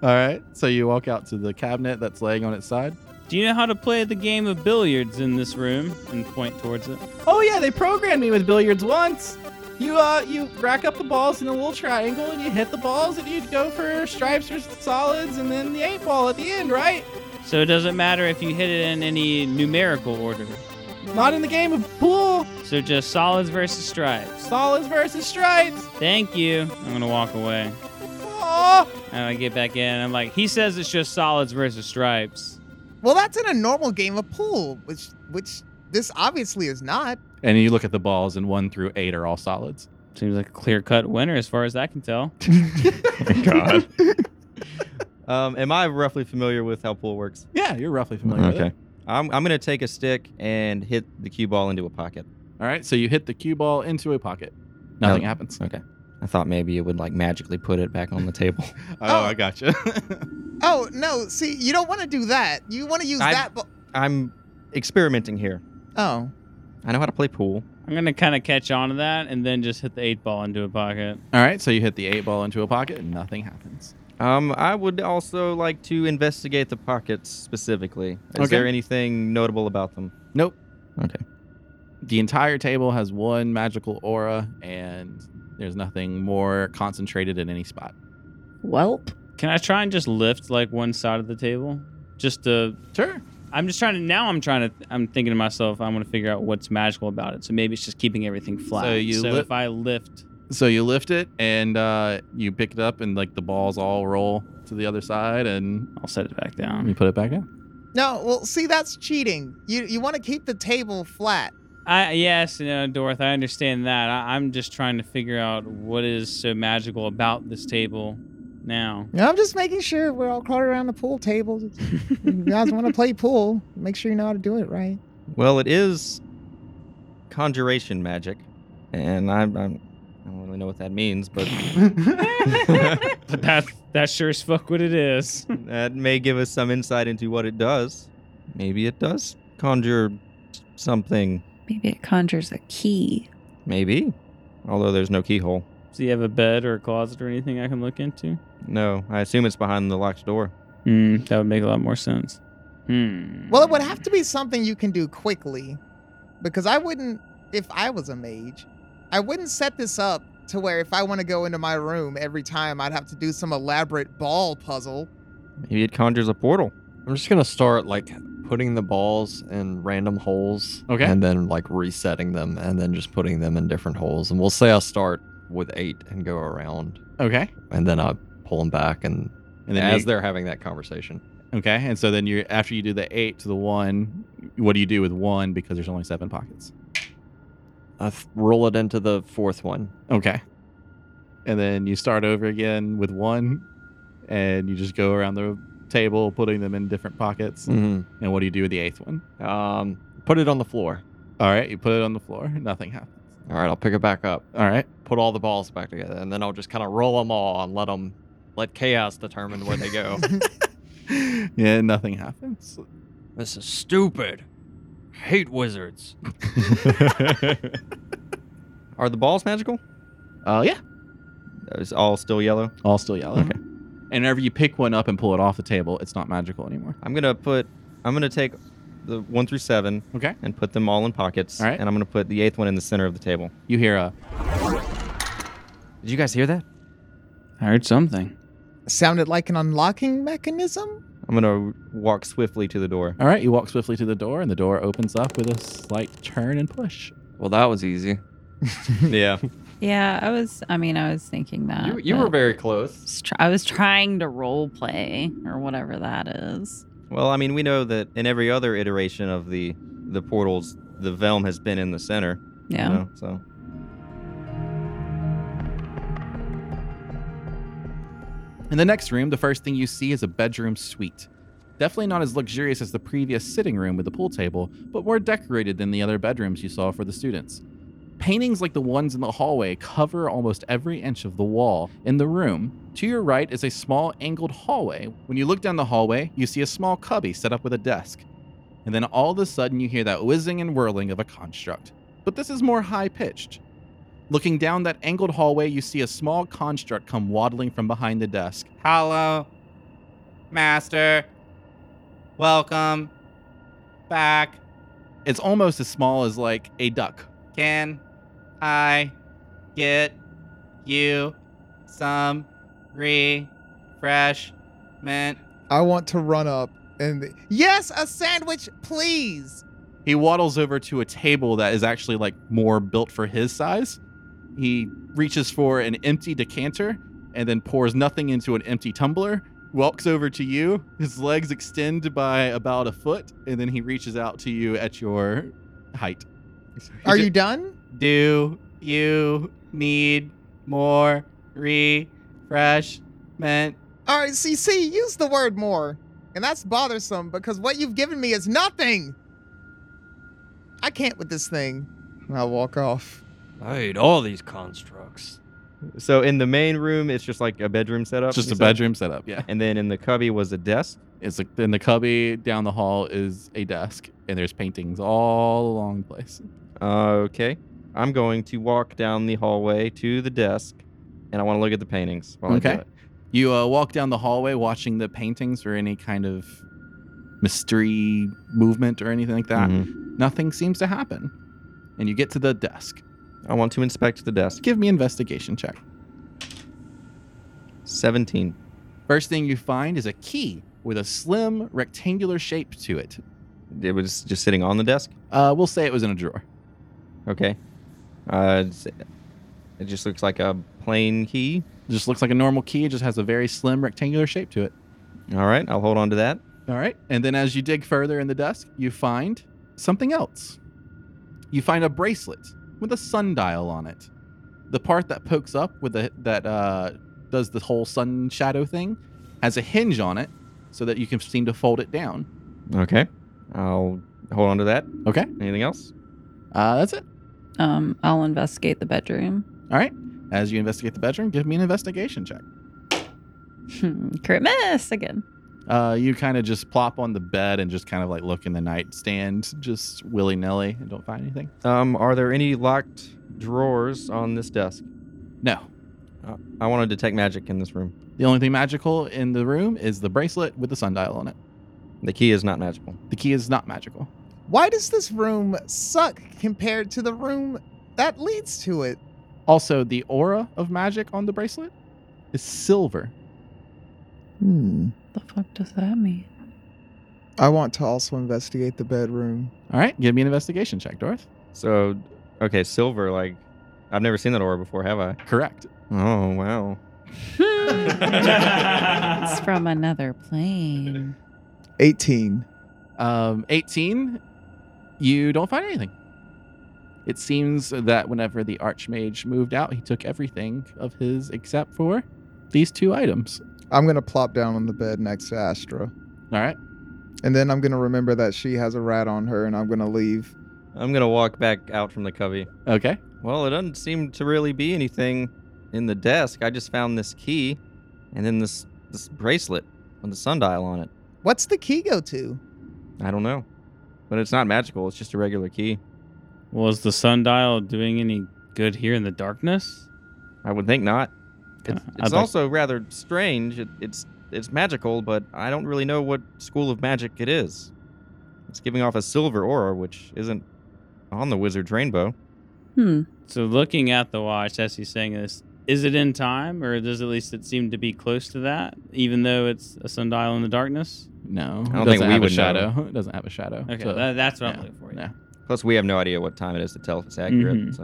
All right. So you walk out to the cabinet that's laying on its side.
Do you know how to play the game of billiards in this room? And point towards it.
Oh yeah, they programmed me with billiards once. You uh, you rack up the balls in a little triangle, and you hit the balls, and you go for stripes or solids, and then the eight ball at the end, right?
So it doesn't matter if you hit it in any numerical order.
Not in the game of pool.
So just solids versus stripes.
Solids versus stripes.
Thank you. I'm gonna walk away.
Aw.
And I get back in. and I'm like, he says it's just solids versus stripes.
Well, that's in a normal game of pool, which which this obviously is not.
And you look at the balls, and one through eight are all solids.
Seems like a clear cut winner as far as I can tell.
God. um, am I roughly familiar with how pool works?
Yeah, you're roughly familiar. With it.
I'm, I'm going to take a stick and hit the cue ball into a pocket.
All right. So you hit the cue ball into a pocket. Nothing
No.
happens.
Okay. I thought maybe it would like magically put it back on the table.
Oh, I gotcha.
Oh no! See, you don't want to do that. You want to use
I-
that. Bo-
I'm experimenting here.
oh,
I know how to play pool.
I'm gonna kind of catch on to that and then just hit the eight ball into a pocket.
All right. So you hit the eight ball into a pocket, and nothing happens.
Um, I would also like to investigate the pockets specifically. Is
Okay.
there anything notable about them?
Nope.
Okay.
The entire table has one magical aura, and there's nothing more concentrated in any spot.
Welp.
Can I try and just lift like one side of the table? Just to
Sure.
I'm just trying to now I'm trying to I'm thinking to myself, I'm gonna figure out what's magical about it. So maybe it's just keeping everything flat.
So you
so
li-
if I lift
So you lift it, and uh, you pick it up, and like the balls all roll to the other side, and
I'll set it back down.
You put it back down.
No, well, see, that's cheating. You you want to keep the table flat.
I yes, no, Dorothy, I understand that. I, I'm just trying to figure out what is so magical about this table now.
No, I'm just making sure we're all crowded around the pool table. If you guys want to play pool? Make sure you know how to do it right.
Well, it is conjuration magic, and I'm, I'm I don't really know what that means, but
but that that sure as fuck what it is.
that may give us some insight into what it does. Maybe it does conjure something.
Maybe it conjures a key.
Maybe, although there's no keyhole.
Do you have a bed or a closet or anything I can look into?
No, I assume it's behind the locked door.
Hmm, that would make a lot more sense. Hmm.
Well, it would have to be something you can do quickly, because I wouldn't, if I was a mage, I wouldn't set this up to where if I want to go into my room every time, I'd have to do some elaborate ball puzzle.
Maybe it conjures a portal.
I'm just gonna start like putting the balls in random holes,
Okay.
and then like resetting them, and then just putting them in different holes. And we'll say I start with eight and go around,
Okay.
and then I pull them back, and,
And
and
then
then as
you-
they're having that conversation,
Okay, and so then you after you do the eight to the one, what do you do with one because there's only seven pockets?
I th- roll it into the fourth one.
Okay, and then you start over again with one, and you just go around the table putting them in different pockets.
Mhm.
And what do you do with the eighth one?
Um, put it on the floor.
All right, you put it on the floor. Nothing happens.
All right, I'll pick it back up.
All right.
Put all the balls back together, and then I'll just kind of roll them all and let them let chaos determine where they go.
Yeah, nothing happens.
This is stupid. hate wizards.
Are the balls magical?
Uh, yeah.
It's all still yellow.
All still yellow. Okay. And whenever you pick one up and pull it off the table, it's not magical anymore.
I'm gonna put. I'm gonna take the one through seven.
Okay.
And put them all in pockets.
All right.
And I'm gonna put the eighth one in the center of the table.
You hear a.
Did you guys hear that?
I heard something.
Sounded like an unlocking mechanism?
I'm gonna walk swiftly to the door.
All right, you walk swiftly to the door, and the door opens up with a slight turn and push.
Well, that was easy.
yeah.
Yeah, I was. I mean, I was thinking that.
You, you were
but
very close.
s- tr- I was trying to role play or whatever that is.
Well, I mean, we know that in every other iteration of the the portals, the Velm has been in the center. you
Yeah.
know, so
In the next room, the first thing you see is a bedroom suite. Definitely not as luxurious as the previous sitting room with the pool table, but more decorated than the other bedrooms you saw for the students. Paintings like the ones in the hallway cover almost every inch of the wall. In the room, to your right is a small angled hallway. When you look down the hallway, you see a small cubby set up with a desk. And then all of a sudden, you hear that whizzing and whirling of a construct. But this is more high pitched. Looking down that angled hallway, you see a small construct come waddling from behind the desk.
Hello, Master. Welcome um, back.
It's almost as small as like a duck.
Can I get you some refreshment?
I want to run up and
Yes, a sandwich, please.
He waddles over to a table that is actually like more built for his size. He reaches for an empty decanter and then pours nothing into an empty tumbler. Walks over to you. His legs extend by about a foot, and then he reaches out to you at your height.
Are you done?
Do you need more refreshment?
All right, see, see, use the word more. And that's bothersome because what you've given me is nothing. I can't with this thing.
I walk off.
I hate all these constructs.
so in the main room, it's just like a bedroom setup.
It's just
you
a
said?
bedroom setup, yeah.
And then in the cubby was a desk.
It's like in the cubby down the hall is a desk, and there's paintings all along the place.
okay. I'm going to walk down the hallway to the desk, and I want to look at the paintings while I
Okay.
do it.
You uh, walk down the hallway watching the paintings or any kind of mystery movement or anything like that.
Mm-hmm.
Nothing seems to happen. And you get to the desk.
I want to inspect the desk.
Give me investigation check.
17.
First thing you find is a key with a slim rectangular shape to it.
It was just sitting on the desk?
Uh, we'll say it was in a drawer.
Okay. Uh, it's- it just looks like a plain key.
Just looks like a normal key. It just has a very slim rectangular shape to it.
All right, I'll hold on to that.
All right. And then as you dig further in the desk, you find something else. You find a bracelet with a sundial on it. The part that pokes up with the that uh, does the whole sun shadow thing has a hinge on it so that you can seem to fold it down.
Okay. I'll hold on to that.
Okay.
Anything else?
Uh, that's it.
Um, I'll investigate the bedroom.
All right. As you investigate the bedroom, give me an investigation check.
Crit miss again.
Uh, you kind of just plop on the bed and just kind of like look in the nightstand, just willy nilly, and don't find anything.
Um, are there any locked drawers on this desk?
No.
Uh, I want to detect magic in this room.
The only thing magical in the room is the bracelet with the sundial on it.
The key is not magical.
The key is not magical.
Why does this room suck compared to the room that leads to it?
Also, the aura of magic on the bracelet is silver.
Hmm.
The fuck does that mean?
I want to also investigate the bedroom.
All right, give me an investigation check, Dorth.
So, okay, silver. Like, I've never seen that aura before, have I?
Correct.
Oh wow.
It's from another plane.
18.
Um, 18, you don't find anything. It seems that whenever the Archmage moved out, he took everything of his except for these two items.
I'm going to plop down on the bed next to Astra.
All right.
And then I'm going to remember that she has a rat on her and I'm going to leave.
I'm gonna walk back out from the cubby.
Okay.
Well, it doesn't seem to really be anything in the desk. I just found this key, and then this this bracelet with the sundial on it.
What's the key go to?
I don't know, but it's not magical. It's just a regular key.
Was the sundial doing any good here in the darkness? Uh,
I would think not. It's,
I'd
it's
like-
also rather strange. It, it's it's magical, but I don't really know what school of magic it is. It's giving off a silver aura, which isn't on the wizard's rainbow.
Hmm.
So looking at the watch as he's saying this, is it in time, or does at least it seem to be close to that, even though it's a sundial in the darkness?
No.
I don't
it
think
doesn't
we
have a
would know.
shadow. Uh-huh, It doesn't have a shadow.
Okay,
so-
tha- that's what
yeah.
I'm looking for.
Yeah.
Plus, we have no idea what time it is to tell if it's accurate.
Mhm.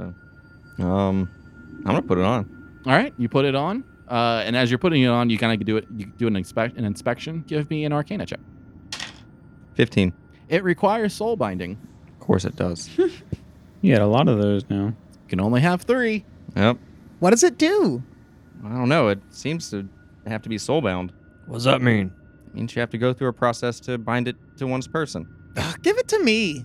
So, um, I'm gonna put it on.
All right, you put it on. Uh, and as you're putting it on, you kind of do it. You do an inspect an inspection. Give me an Arcana check.
Fifteen.
It requires soul binding.
Of course, it does.
You had a lot of those now.
Can only have three.
yep.
What does it do?
I don't know. It seems to have to be soulbound.
What does that mean?
It means you have to go through a process to bind it to one's person.
Ugh, give it to me.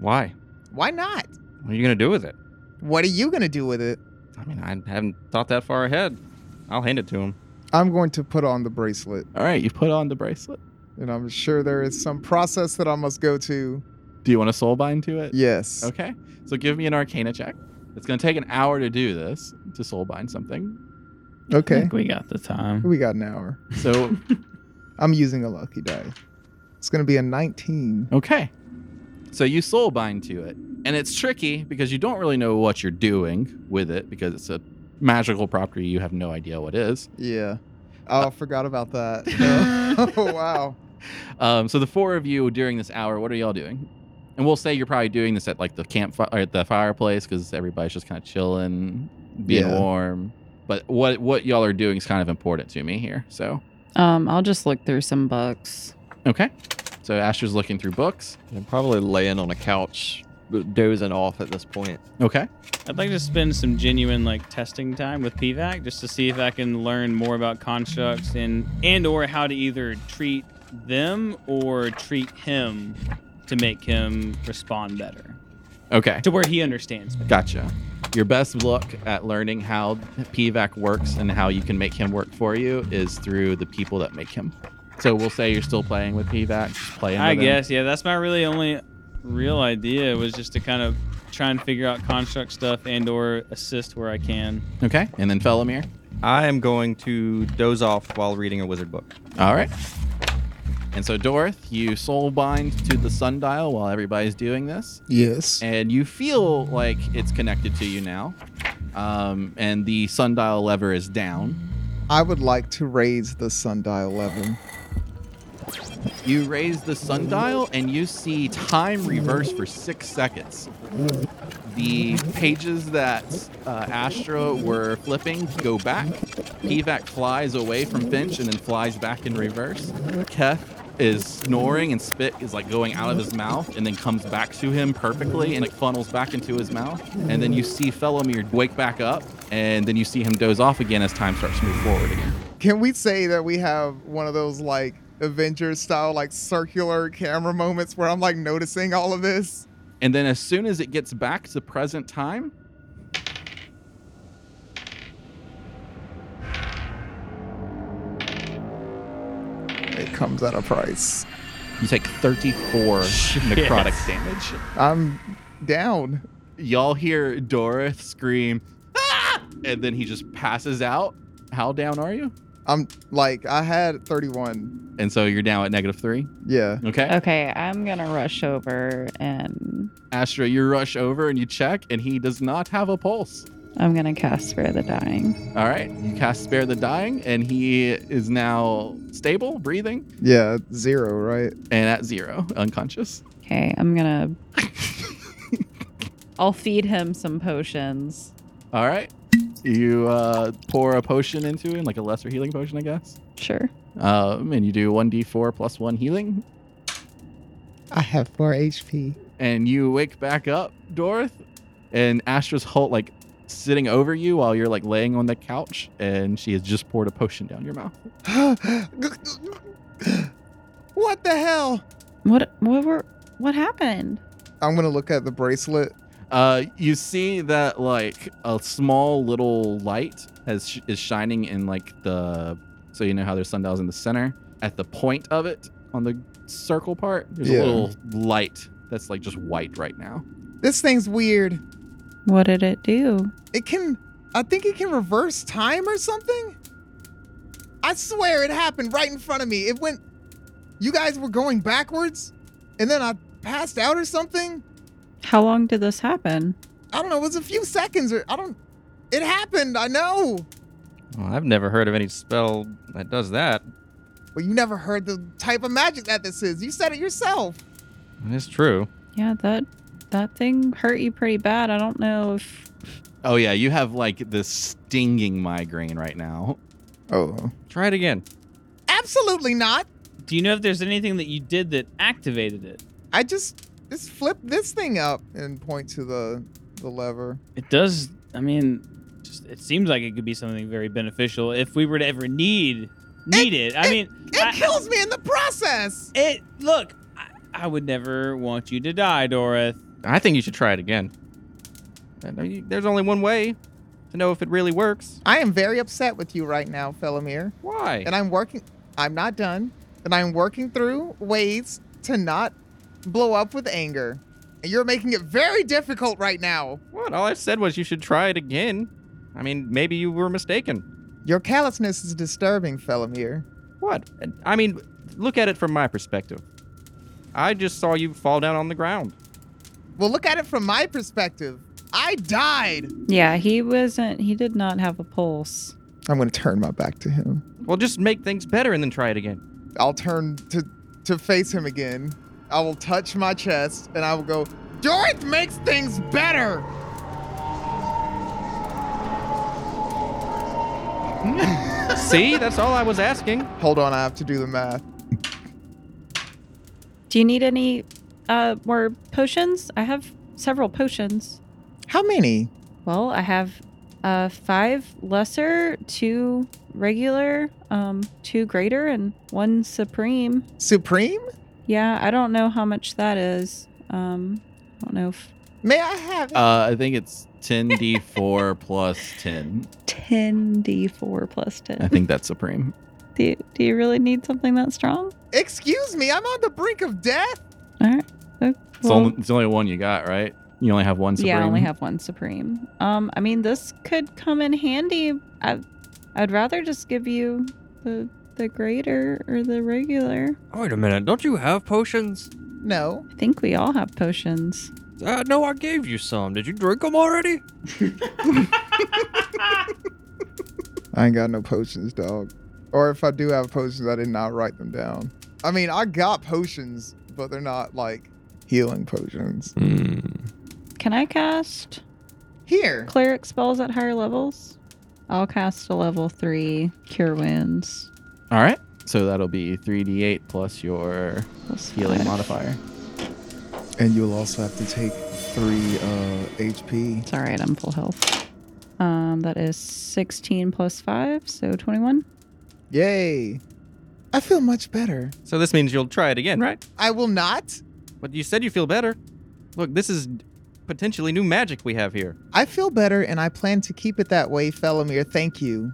Why?
Why not?
What are you gonna do with it?
What are you going to do with it?
I mean, I haven't thought that far ahead. I'll hand it to him.
I'm going to put on the bracelet.
All right, you put on the bracelet.
And I'm sure there is some process that I must go to.
Do you want to soul bind to it?
Yes.
Okay. So give me an Arcana check. It's going to take an hour to do this to soul bind something.
I
Okay.
think we got the time.
We got an hour.
So
I'm using a lucky die. It's going to be a 19.
okay. So you soul bind to it, and it's tricky because you don't really know what you're doing with it because it's a magical property. You have no idea what is.
Yeah. Oh, I forgot about that. oh, wow.
Um, so the four of you during this hour, what are y'all doing? And we'll say you're probably doing this at like the campfire, at the fireplace, because everybody's just kind of chilling, being
Yeah.
warm. But what what y'all are doing is kind of important to me here. So
Um, I'll just look through some books.
okay, so Asher's looking through books.
I'm probably laying on a couch, dozing off at this point.
Okay,
I'd like to spend some genuine like testing time with PVAC just to see if I can learn more about constructs and and or how to either treat them or treat him to make him respond better
okay,
to where he understands me.
gotcha. Your best look at learning how PVAC works and how you can make him work for you is through the people that make him. So we'll say you're still playing with PVAC, just playing.
I
with him.
guess yeah, that's my really only real idea was just to kind of try and figure out construct stuff and or assist where I can.
Okay, and then Felomir.
I am going to doze off while reading a wizard book.
All right. And so, Dorth, you soul bind to the sundial while everybody's doing this.
Yes.
And you feel like it's connected to you now. Um, and the sundial lever is down.
I would like to raise the sundial level.
You raise the sundial and you see time reverse for six seconds. The pages that uh, Astra were flipping go back. Evac flies away from Finch and then flies back in reverse. Kef is snoring and spit is like going out of his mouth and then comes back to him perfectly and it funnels back into his mouth. And then you see Felomir wake back up and then you see him doze off again as time starts to move forward again.
Can we say that we have one of those like Avengers style like circular camera moments where I'm like noticing all of this?
And then as soon as it gets back to present time,
It comes at a price.
you take 34 necrotic damage.
I'm down.
Y'all hear Dorith scream, "Ah!" and then he just passes out. How down are you?
I'm like I had 31.
And so you're down at negative three?
Yeah.
Okay.
Okay, I'm gonna rush over and
Astra, you rush over and you check, and he does not have a pulse.
I'm gonna cast Spare the Dying.
All right. You cast Spare the Dying, and he is now stable, breathing,
Yeah, zero, right?
and at zero, unconscious.
Okay, I'm gonna. I'll feed him some potions.
All right. You uh, pour a potion into him, like a lesser healing potion, I guess.
Sure.
Um, and you do 1d4 plus 1 healing,
I have 4 HP.
and you wake back up, Dorth, and Astra's Hulk like sitting over you while you're like laying on the couch, and she has just poured a potion down your mouth.
What the hell?
What? What were? What happened?
I'm gonna look at the bracelet.
Uh, you see that like a small little light has sh- is shining in like the so you know how there's sundials in the center at the point of it on the circle part. There's
Yeah.
a little light that's like just white right now.
This thing's weird.
What did it do?
It can I think it can reverse time or something? I swear it happened right in front of me. It went You guys were going backwards and then I passed out or something?
How long did this happen?
I don't know, it was a few seconds or I don't It happened, I know.
Well, I've never heard of any spell that does that.
Well, you never heard the type of magic that this is. You said it yourself.
It's true.
Yeah, that that thing hurt you pretty bad. I don't know if
Oh yeah, you have like this stinging migraine right now.
Oh.
Try it again.
Absolutely not.
Do you know if there's anything that you did that activated it?
I just just flip this thing up and point to the the lever.
It does. I mean, just, it seems like it could be something very beneficial if we were to ever need need it. I mean,
It kills me in the process.
It look, I, I would never want you to die, Dorith.
I think you should try it again. I know you- There's only one way to know if it really works.
I am very upset with you right now, Felomir.
Why?
And I'm working. I'm not done. And I'm working through ways to not blow up with anger.
And you're making it very difficult right now.
What? All I said was you should try it again. I mean, maybe you were mistaken.
Your callousness is disturbing, Felomir.
What? And- I mean, look at it from my perspective. I just saw you fall down on the ground.
Well, look at it from my perspective. I died.
Yeah, he wasn't. He did not have a pulse.
I'm gonna turn my back to him.
Well, just make things better and then try it again.
I'll turn to to face him again. I will touch my chest and I will go, Dorth makes things better.
See? That's all I was asking.
Hold on, I have to do the math.
Do you need any uh more potions? I have several potions.
How many?
Well, I have uh five lesser, two regular, um two greater and one supreme.
Supreme?
Yeah, I don't know how much that is. Um I don't know if
May I have
Uh, I think it's 10d4 plus 10.
10d4 plus 10.
I think that's supreme.
Do you, do you really need something that strong?
Excuse me, I'm on the brink of death.
All right. Oh,
It's,
well,
only, it's only one you got, right? You only have one supreme.
yeah, I only have one supreme. Um, I mean, this could come in handy. I, I'd rather just give you the the greater or the regular.
Wait a minute, don't you have potions?
No.
I think we all have potions.
Uh, no, I gave you some. Did you drink them already?
I ain't got no potions, dog. Or if I do have potions, I did not write them down. I mean, I got potions, but they're not like healing potions.
Can I cast
here
cleric spells at higher levels? I'll cast a level three cure wounds.
All right. So that'll be 3d8 plus your healing modifier.
And you'll also have to take three uh, HP.
It's all right. I'm full health. Um, that is 16 plus five, so 21.
Yay! I feel much better.
So this means you'll try it again, right?
I will not.
But you said you feel better. Look, this is potentially new magic we have here.
I feel better and I plan to keep it that way, Felomir. Thank you.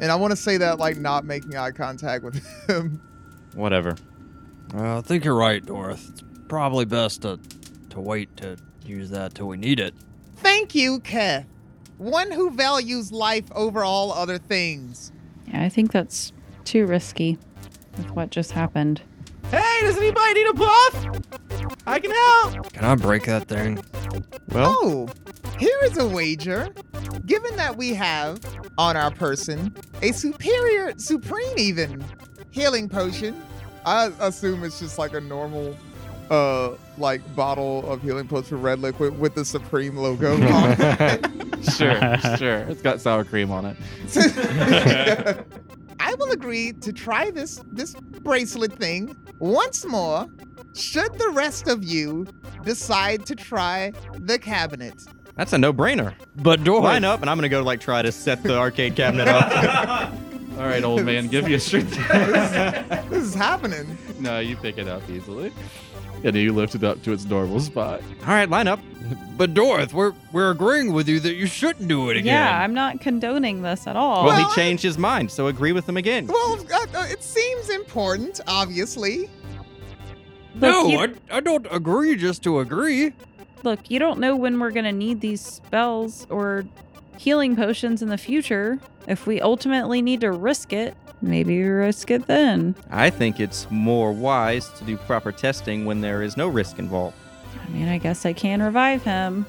And I want to say that, like, not making eye contact with him.
Whatever.
Uh, I think you're right, Dorth. It's probably best to, to wait to use that till we need it.
Thank you, Keth. One who values life over all other things.
Yeah, I think that's too risky with what just happened.
Hey, does anybody need a buff? I can help.
Can I break that thing?
Well,
Oh, here is a wager. Given that we have on our person a superior, supreme even, healing potion,
I assume it's just like a normal, uh, like bottle of healing potion red liquid with the Supreme logo on it.
sure, sure. It's got sour cream on it.
I will agree to try this this bracelet thing once more. Should the rest of you decide to try the cabinet?
That's a no-brainer. But door line up, and I'm gonna go like try to set the arcade cabinet up.
All right, old man, give you a strength.
This is happening.
no, you pick it up easily. And you lift it up to its normal spot.
All right, line up.
But Dorth, we're we're agreeing with you that you shouldn't do it again.
Yeah, I'm not condoning this at all.
Well, he changed his mind, so agree with him again.
Well, uh, uh, it seems important, obviously.
no,
Look, you-
I, I don't agree just to agree.
Look, you don't know when we're going to need these spells or healing potions in the future. If we ultimately need to risk it, maybe we risk it then.
I think it's more wise to do proper testing when there is no risk involved.
I mean, I guess I can revive him,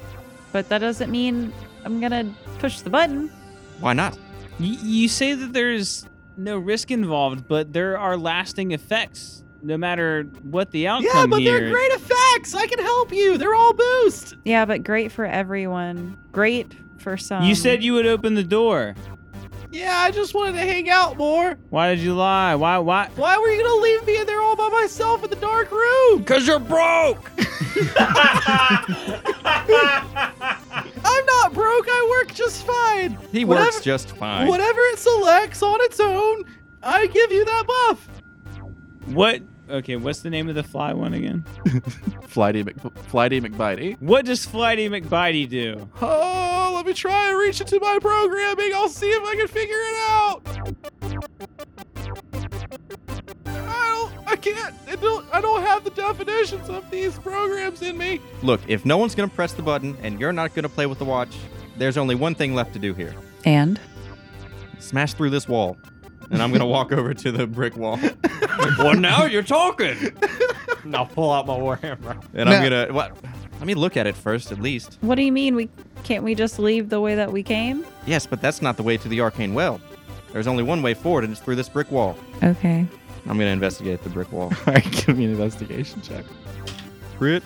but that doesn't mean I'm going to push the button.
Why not?
Y- you say that there's no risk involved, but there are lasting effects no matter what the outcome
Yeah, but
here.
they're great effects. I can help you. They're all boost.
Yeah, but great for everyone. Great for some.
You said you would open the door.
Yeah, I just wanted to hang out more.
Why did you lie? Why? Why?
Why were you gonna leave me in there all by myself in the dark room?
Cause you're broke.
I'm not broke. I work just fine.
He
Whatever-
works just fine.
Whatever it selects on its own, I give you that buff.
What? Okay, what's the name of the fly one again?
Flighty, Mc, Flighty McBitey.
What does Flighty McBitey do?
Oh, let me try and reach into my programming. I'll see if I can figure it out. I don't. I can't. I don't. I don't have the definitions of these programs in me.
Look, if no one's gonna press the button and you're not gonna play with the watch, there's only one thing left to do here:
And?
smash through this wall. And I'm gonna walk over to the brick wall,
well, now you're talking.
And I'll pull out my warhammer.
and I'm gonna. What? Let me look at it first, at least.
What do you mean? We can't we just leave the way that we came?
Yes, but that's not the way to the arcane well. There's only one way forward, and it's through this brick wall.
Okay.
I'm gonna investigate the brick wall.
All right, give me an investigation check.
Crit.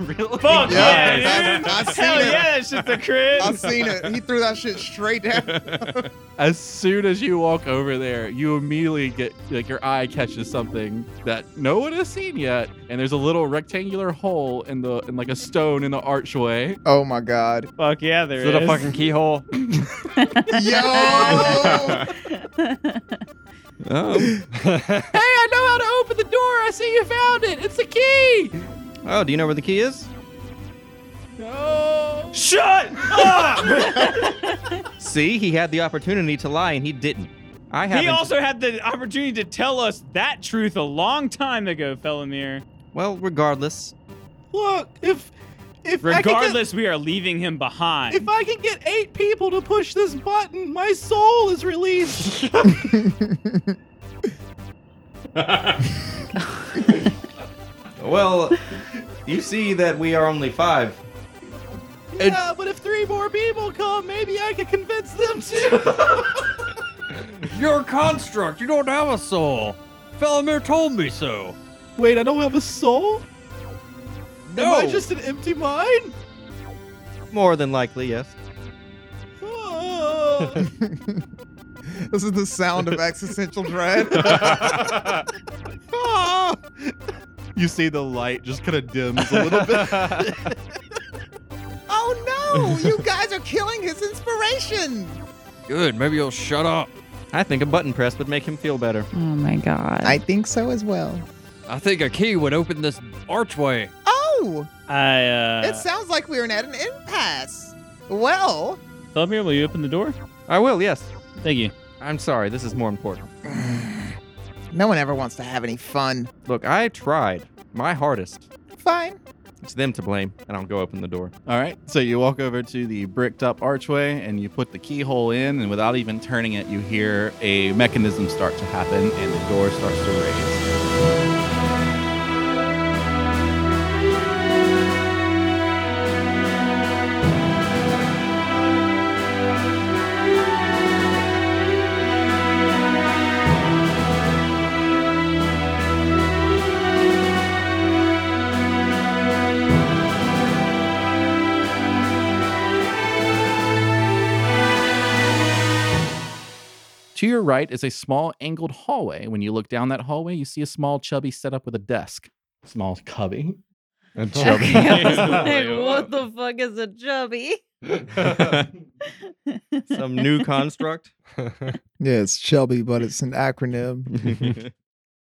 Really?
Fuck
Yeah,
yeah, dude!
I- I seen
Hell
it.
yeah, that shit's a crit.
I've seen it. He threw that shit straight down.
As soon as you walk over there, you immediately get like your eye catches something that no one has seen yet, and there's a little rectangular hole in the in like a stone in the archway.
oh my god.
Fuck yeah, there
Is it a fucking keyhole?
Yo!
Oh.
Hey, I know how to open the door. I see you found it. It's the key.
oh, do you know where the key is?
Oh.
No.
Shut
See, he had the opportunity to lie, and he didn't. I haven't.
He also had the opportunity to tell us that truth a long time ago, Felomir.
well, regardless,
Look, if
If I could get-
Regardless, we are leaving him behind.
If I can get eight people to push this button, my soul is released.
Well, you see that we are only five.
yeah, but if three more people come, maybe I can convince them too.
You're a construct. You don't have a soul. Felomir told me so.
Wait, I don't have a soul? Am I
No.
just an empty mind?
More than likely, yes.
This is the sound of existential dread.
You see the light just kind of dims a little bit.
Oh no! You guys are killing his inspiration!
Good. Maybe you'll shut up. I think a button press would make him feel better.
Oh my god.
I think so as well.
I think a key would open this archway.
Oh!
I, uh.
it sounds like we're at an impasse. Well,
Felomir, will you open the door?
I will, yes.
Thank you.
I'm sorry, this is more important.
no one ever wants to have any fun.
Look, I tried my hardest.
Fine.
It's them to blame, and I'll go open the door.
All right. So you walk over to the bricked up archway and you put the keyhole in, and without even turning it, you hear a mechanism start to happen and the door starts to raise. To your right is a small angled hallway. When you look down that hallway, you see a small chubby set up with a desk. Small cubby. A
chubby. Okay, I was like, what the fuck is a chubby?
Some new construct.
yeah, it's Shelby, but it's an acronym.